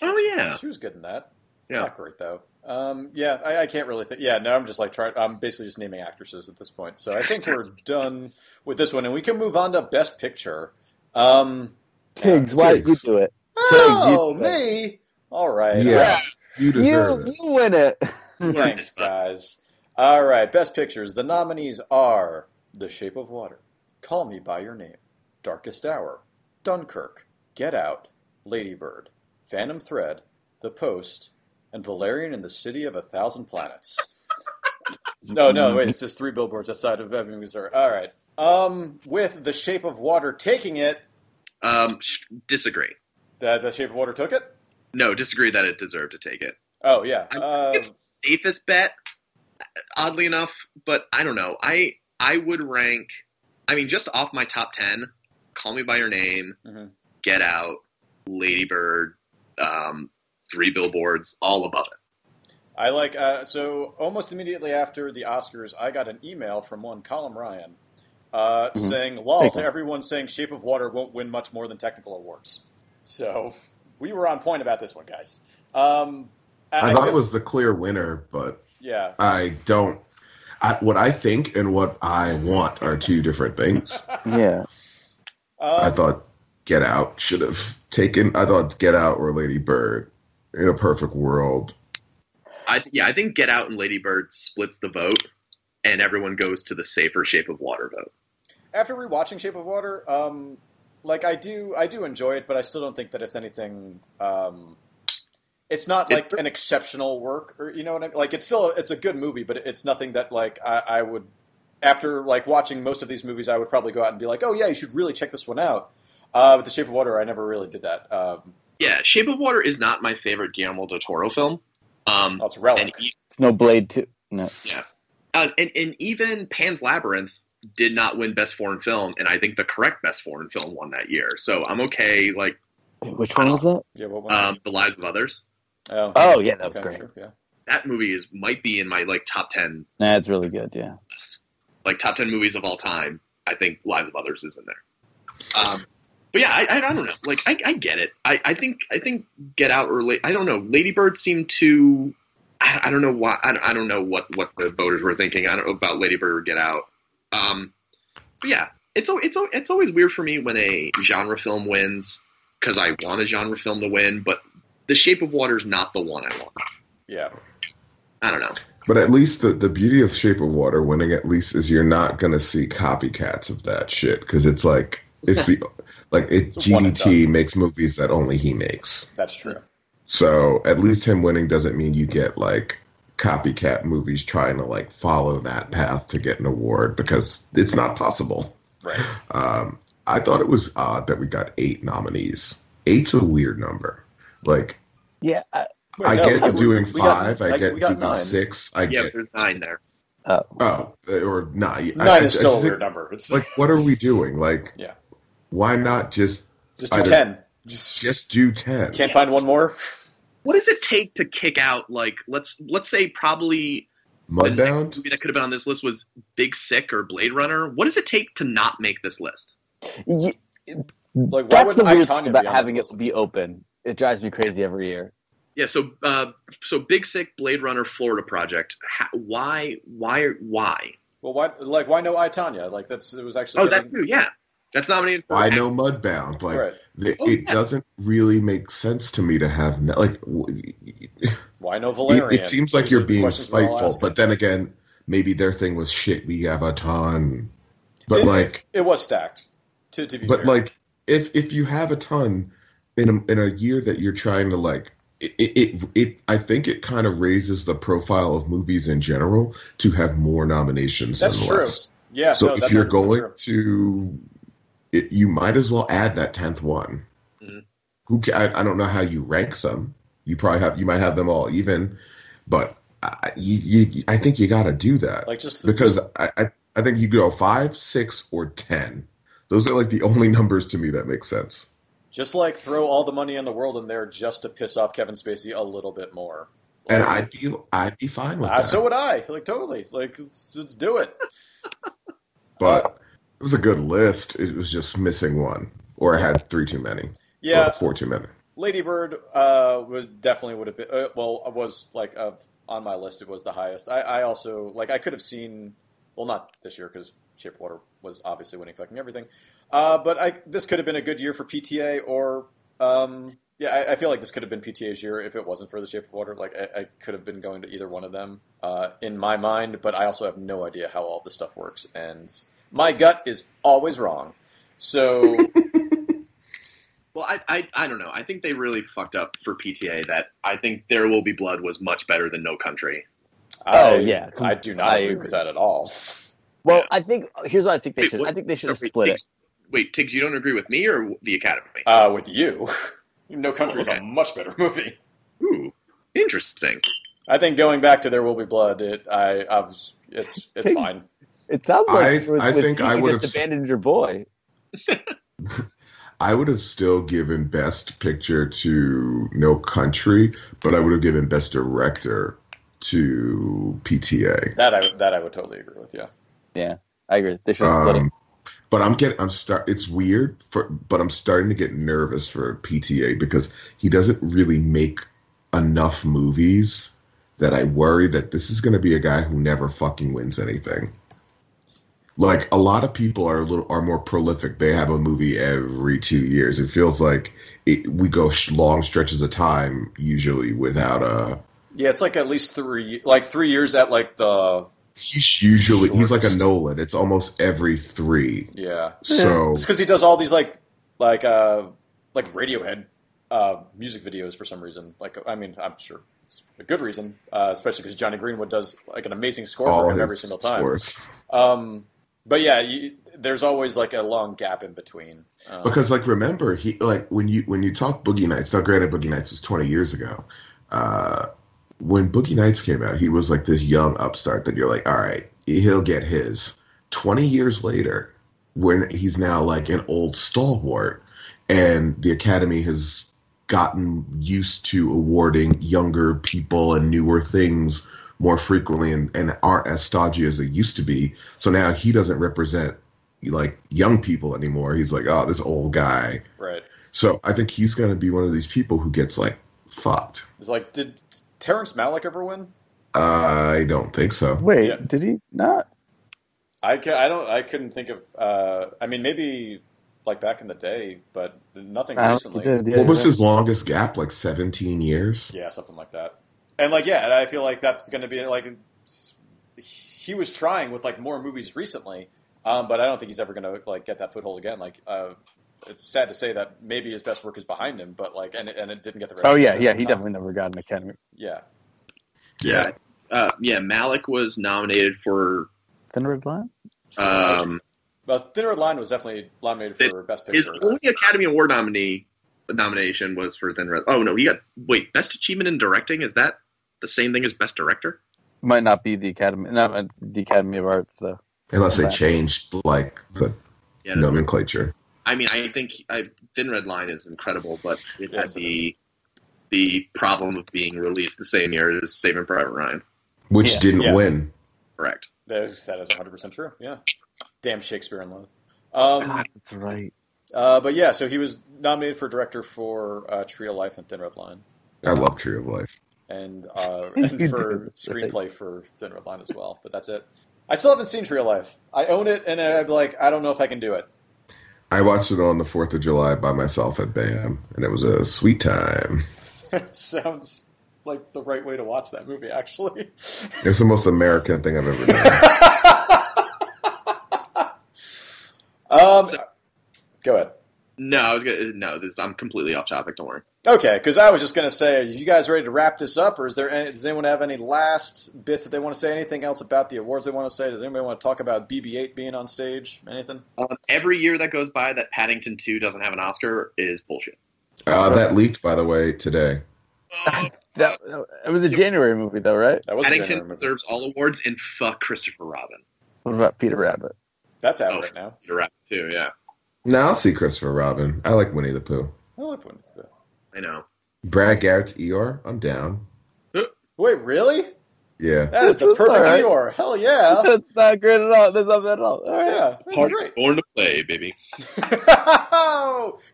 Oh yeah, She was good in that. yeah. Not great though. Um, yeah, I, I can't really think. Yeah, no, I'm just like trying. I'm basically just naming actresses at this point. So I think we're done with this one, and we can move on to Best Picture. Um, Pigs, why did you Pigs. do it? oh, Pigs, me. All right. Yeah. You deserve You it. you win it. Uh, thanks, guys. All right. Best Pictures. The nominees are The Shape of Water, Call Me by Your Name, Darkest Hour, Dunkirk, Get Out, Ladybird, Phantom Thread, The Post, and Valerian and the City of a Thousand Planets. No, no, wait. It says three billboards outside of Ebbing, Missouri. All right. Um, with The Shape of Water taking it, Um, sh- disagree. the, the Shape of Water took it. No, disagree that it deserved to take it. Oh yeah. I Uh, it's the safest bet, oddly enough. But I don't know. I I would rank. I mean, just off my top ten, Call Me by Your Name, Mhm. Get Out, Ladybird, um, Three Billboards, all above it. I like uh, so almost immediately after the Oscars, I got an email from one Colin Ryan uh, Mm-hmm. Mhm. saying, "Lol" Thank to you. everyone saying Shape of Water won't win much more than technical awards. So we were on point about this one, guys. Um, I thought feel- it was the clear winner, but yeah. I don't. I, what I think and what I want are two different things. Yeah. I Um, thought Get Out should have taken. I thought Get Out or Lady Bird. In a perfect world, I yeah, I think Get Out and Ladybird splits the vote, and everyone goes to the safer Shape of Water vote. after rewatching Shape of Water, um, like I do, I do enjoy it, but I still don't think that it's anything. Um, it's not It- like an exceptional work, or you know what I mean. Like it's still, it's a good movie, but it's nothing that like I, I would. After like watching most of these movies, I would probably go out and be like, "Oh yeah, you should really check this one out." Uh, but The Shape of Water, I never really did that. Um, Yeah, Shape of Water is not my favorite Guillermo del Toro film. Um, oh, it's Relic. and e- It's no Blade Two. No. uh, and, and even Pan's Labyrinth did not win Best Foreign Film, and I think the correct Best Foreign Film won that year. So I'm okay. Like Wait, Which one was that? yeah, what one? um, The Lives of Others, oh, Oh yeah, that was okay, great. sure, yeah. that movie is might be in my like top ten, That's really good. Yeah. list. like top ten movies of all time. I think Lives of Others is in there. Um, but yeah, I, I, I don't know. Like I, I get it. I, I think I think Get Out or La- I don't know. Ladybird seemed to. I, I don't know why. I, don't- I don't know what what the voters were thinking. I don't know about Ladybird or Get Out. Um, but yeah, it's al- it's al- it's always weird for me when a genre film wins because I want a genre film to win, but The Shape of Water is not the one I want. yeah. I don't know. but at least the, the beauty of Shape of Water winning at least is you're not gonna see copycats of that shit because it's like it's the like it It's a one and GDT makes movies that only he makes. that's true. So at least him winning doesn't mean you get like copycat movies trying to like follow that path to get an award because it's not possible. Right. Um, I thought it was odd that we got eight nominees. Eight's a weird number. Like Yeah. I, Wait, I no, get we- doing we got- five, I like, get we got doing nine. six, I Yeah, but get there's nine there. oh or nine. Nine I, I is still a just weird think, number. It's Like what are we doing? Like Yeah. why not just just do either- ten. Just, just do ten? can't find one more. what does it take to kick out like let's let's say probably the next Mudbound? movie that could have been on this list was Big Sick or Blade Runner. What does it take to not make this list? y- Like, why that's the wouldn't weird Itanya thing be about on having it this be list? open. It drives me crazy every year. Yeah, so uh, so Big Sick, Blade Runner, Florida Project. How, why why why? Well, why? Like, why no I Tanya? Like, that's it was actually. Oh, that given- too. Yeah, That's nominated for. I know Mudbound. Like right. th- Oh, it yeah. doesn't really make sense to me to have ne- like w- it, Why no Valerian? it seems like These are you're the being questions we're all spiteful, asking. but then again, maybe their thing was shit. We have a ton, but It- like, it was stacked. To, to be but fair. like, if if you have a ton in a, in a year that you're trying to like. It, it, it I think it kind of raises the profile of movies in general to have more nominations That's than true. less. yeah. so no, if that's you're 100% going true. to, it, you might as well add that tenth one. Mm-hmm. Mhm. Who ca I, I don't know how you rank them. You probably have you might have them all even, but I, you, you, I think you got to do that like just because just- I, I I think you go five, six, or ten. Those are like the only numbers to me that make sense. just like throw all the money in the world in there just to piss off Kevin Spacey a little bit more. And Like, I'd be I'd be fine with ah, that. so would I. Like totally. Like let's, let's do it. but it was a good list. It was just missing one, or I had three too many, Yeah. or four too many. Ladybird uh, was definitely would have been uh, well it was like uh, on my list it was the highest. I, I also like I could have seen well not this year because Shapewater was obviously winning fucking everything, uh, but I this could have been a good year for PTA or um, yeah I, I feel like this could have been PTA's year if it wasn't for the Shape of Water. Like I, I could have been going to either one of them uh, in my mind, but I also have no idea how all this stuff works, and my gut is always wrong. So Well, I, I I don't know. I think they really fucked up for PTA. That I think There Will Be Blood was much better than No Country. I, Oh, yeah. I do not I agree agree. with that at all. Well, I think here's what I think they Wait, should. what- I think they should have sorry, split it. Tiggs- Wait, Tiggs, you don't agree with me or the Academy? Uh, with you, No Country Oh, okay. is a much better movie. Ooh, interesting. I think going back to There Will Be Blood, it I, I was, it's it's Hey. fine. It sounds like I- with- I with think Pete, I you would've just s- abandoned your boy. I would have still given Best Picture to No Country, but I would have given Best Director to PTA. That I that I would totally agree with. Yeah, I agree. They should have split it. Um, but I'm getting, I'm start. It's weird, for, but I'm starting to get nervous for PTA because he doesn't really make enough movies that I worry that this is going to be a guy who never fucking wins anything. Like a lot of people are a little are more prolific. They have a movie every two years. It feels like it, we go sh- long stretches of time usually without a. yeah. It's like at least three, like three years at like the He's usually he's like a Shortest. Nolan. It's almost every three. yeah. So It's because he does all these like like uh like Radiohead uh music videos for some reason. Like I mean, I'm sure it's a good reason, uh, especially because Johnny Greenwood does like an amazing score all for him his every single time. scores. Um, but yeah, you, there's always like a long gap in between. Um, because like remember he like when you when you talk boogie nights now granted boogie nights was 20 years ago uh when boogie nights came out he was like this young upstart that you're like all right he'll get his 20 years later when he's now like an old stalwart and the academy has gotten used to awarding younger people and newer things more frequently and, and aren't as stodgy as they used to be so now he doesn't represent like young people anymore. He's like, oh, this old guy. right. So I think he's gonna be one of these people who gets like fucked. It's like, did Terrence Malick ever win? I don't think so. Wait, Yeah. did he not? I, ca- I don't I couldn't think of. Uh, I mean, maybe like back in the day, but nothing I don't think recently. he did, yeah, What was yeah. his longest gap? Like 17 years. Yeah, something like that. And like, yeah, and I feel like that's going to be like he was trying with like more movies recently, um, but I don't think he's ever going to like get that foothold again. Like, uh, it's sad to say that maybe his best work is behind him, but like, and it, and it didn't get the. Oh yeah, recognition yeah. at the He time. definitely never got an Academy. Yeah. Yeah. Uh, yeah, Malik was nominated for Thin Red Line. um, But Thin Red Line was definitely nominated for Best Picture. his only Academy Award nominee nomination was for Thin Red. Oh no, he got wait best achievement in directing. Is that the same thing as best director? Might not be the Academy, not uh, the Academy of Arts though. Unless they Right. changed like the Yeah, nomenclature. I mean, I think I, Thin Red Line is incredible, but it Yes, has it the the problem of being released the same year as Saving Private Ryan. Which Yeah. didn't Yeah. win. Correct. That is, that is 100% true. Yeah. Damn Shakespeare in Love. Um, God, that's right. uh, but yeah, so he was nominated for director for uh, Tree of Life and Thin Red Line, I love Tree of Life. and, uh, You and for did say. screenplay for Thin Red Line as well. But that's it. I still haven't seen Tree of Life. I own it, and I'm like, I don't know if I can do it. I watched it on the Fourth of July by myself at BAM, and it was a sweet time. it sounds like the right way to watch that movie, actually. It's the most American thing I've ever done. Um, So- go ahead. No, I was gonna. No, this, I'm completely off topic. Don't worry. Okay, because I was just going to say, are you guys ready to wrap this up, or is there any, does anyone have any last bits that they want to say? Anything else about the awards they want to say? Does anybody want to talk about BB-8 being on stage? Anything? Um, every year that goes by that Paddington Two doesn't have an Oscar is bullshit. Uh, that leaked, by the way, today. Oh, That, it was a January movie, though, right? That was a January Paddington movie. deserves all awards and fuck Christopher Robin. What about Peter Rabbit? That's out Oh. right now. You're right too. Yeah, Now I'll see Christopher Robin. I like Winnie the Pooh. I like one. I know. Brad Garrett's Eeyore. I'm down. Wait, really? Yeah. That is the That's perfect alright. Eeyor. Hell yeah. That's not great at all. That's not bad at all. All right. Yeah, that's Party's great. born to play, baby.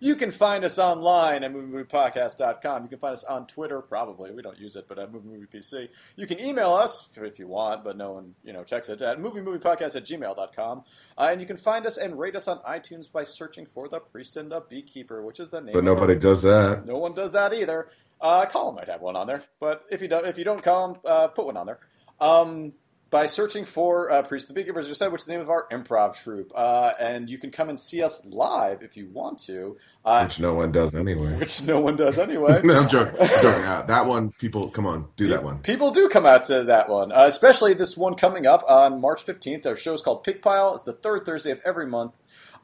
you can find us online at moviemoviepodcast.com. You can find us on Twitter, probably. We don't use it, but at moviemoviepc. You can email us if you want, but no one you know checks it at moviemoviepodcast at gmail.com. Uh, and you can find us and rate us on iTunes by searching for The Priest and the Beekeeper, which is the name But of nobody our- does that. No one does that either. Uh, Colin might have one on there, but if you don't, if you don't, Colin, uh, put one on there. Um, by searching for uh, Priest of the Beekeepers, as I said, which is the name of our improv troupe, uh, and you can come and see us live if you want to, uh, Which no one does anyway. which no one does anyway. no, I'm joking. I'm joking. Uh, that one, people, come on, do that one. People do come out to that one, uh, especially this one coming up on March 15th. Our show is called Pig Pile. It's the third Thursday of every month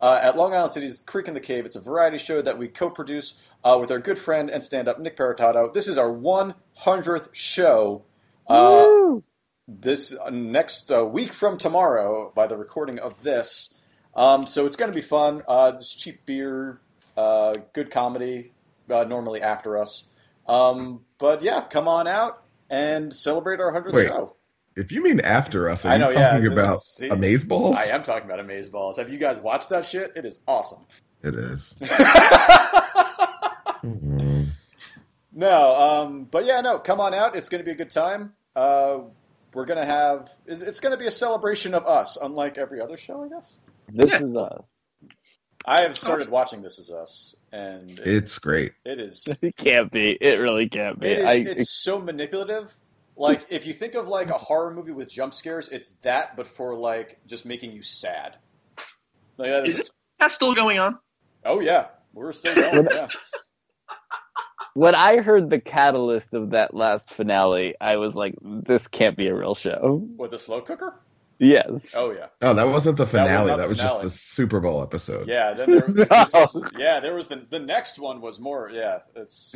uh, at Long Island City's Creek in the Cave. It's a variety show that we co produce uh, with our good friend and stand up Nick Paratato. This is our 100th show. Uh, Woo! this uh, next uh, week from tomorrow by the recording of this. Um, so it's going to be fun. Uh, this cheap beer, uh, good comedy, uh, normally after us. Um, but yeah, come on out and celebrate our 100th Wait. show. If you mean after us, are I you know, yeah, talking this- about see, amazeballs? I am talking about Amaze Balls. Have you guys watched that shit? It is awesome. It is. Mm-hmm. No, um, but yeah, no, come on out. It's going to be a good time. Uh, we're going to have, it's, it's going to be a celebration of us, unlike every other show, I guess. This Yeah. is us. I have started watching This Is Us, and it, It's great. it is It can't be. It really can't be. It is, I, it's so manipulative. Like if you think of like a horror movie with jump scares, it's that, but for like just making you sad. Like, that Is is, this that's still going on? oh yeah, we're still going. yeah. when I heard the catalyst of that last finale, I was like, "This can't be a real show." With the slow cooker? Yes. Oh yeah, Oh, that wasn't the was finale. not That was, the just finale. the Super Bowl episode. yeah. Then there, No. yeah, there was the the next one was more. Yeah, it's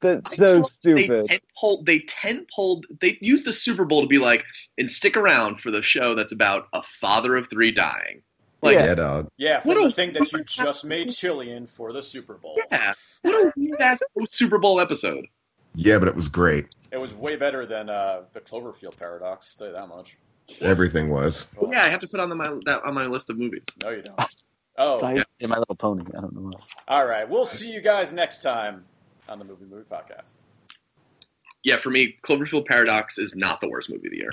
That's so Oh. They stupid. tent pulled. They tent pulled. They used the Super Bowl to be like, and stick around for the show that's about a father of three dying. Like, Yeah, dog. yeah. What From the a- thing that you just made chili in for the Super Bowl. yeah. What a weird ass Super Bowl episode. Yeah, but it was great. It was way better than uh, the Cloverfield paradox. Tell you that much. Everything was. Well, Yeah, I have to put on the, my that on my list of movies. No, you don't. Oh, Sorry, and My Little Pony. I don't know. why. All right. We'll see you guys next time on the Movie Movie Podcast. Yeah, for me, Cloverfield Paradox is not the worst movie of the year.